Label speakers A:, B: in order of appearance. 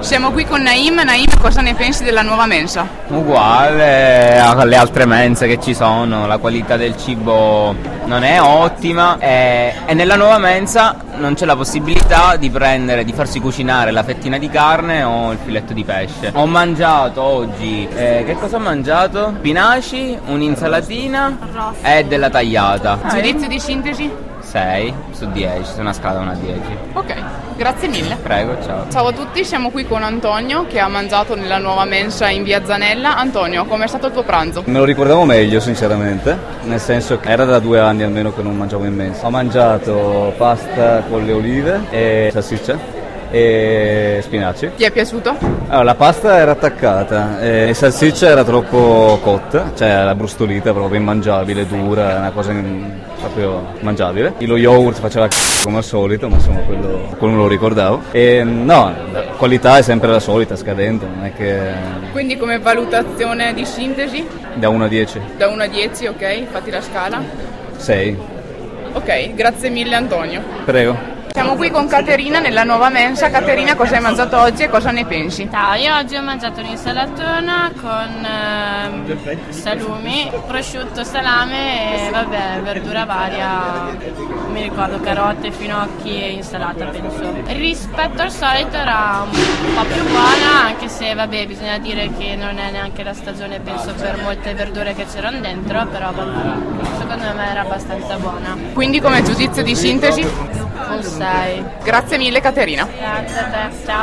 A: Siamo qui con Naim. Naim, cosa ne pensi della nuova mensa?
B: Uguale alle altre mense che ci sono, la qualità del cibo non è ottima e, e nella nuova mensa non c'è la possibilità di prendere, di farsi cucinare la fettina di carne o il filetto di pesce. Ho mangiato oggi, eh, che cosa ho mangiato? Spinaci, un'insalatina
C: Arrosto.
B: e della tagliata.
A: Giudizio di sintesi?
B: 6 su 10, su una scala da 1 a 10.
A: Ok, grazie mille.
B: Prego, ciao.
A: Ciao a tutti, siamo qui con Antonio che ha mangiato nella nuova mensa in via Zanella. Antonio, com'è stato il tuo pranzo?
D: Me lo ricordavo meglio sinceramente, nel senso che era da due anni almeno che non mangiavo in mensa. Ho mangiato pasta con le olive e salsiccia e spinaci.
A: Ti è piaciuto?
D: Allora, la pasta era attaccata e la salsiccia era troppo cotta, cioè era brustolita, proprio immangiabile, dura, una cosa in- proprio mangiabile. Lo yogurt faceva c***o come al solito, ma insomma quello, quello non lo ricordavo. E no, la qualità è sempre la solita, scadente, non è che
A: Quindi come valutazione di sintesi?
D: da 1 a 10,
A: Da 1 a 10, ok? Fatti la scala.
D: 6.
A: Ok, grazie mille Antonio.
D: Prego.
A: Siamo qui con Caterina nella nuova mensa. Caterina, cosa hai mangiato oggi e cosa ne pensi?
C: Ciao, io oggi ho mangiato un'insalatona con ehm, salumi, prosciutto, salame e vabbè, verdura varia, non mi ricordo carote, finocchi e insalata penso. Rispetto al solito era un po' più buona, anche se vabbè bisogna dire che non è neanche la stagione penso per molte verdure che c'erano dentro, però vabbè, secondo me era abbastanza buona.
A: Quindi come giudizio di sintesi?
C: Un 6.
A: Grazie mille Caterina.
C: Grazie a te, ciao.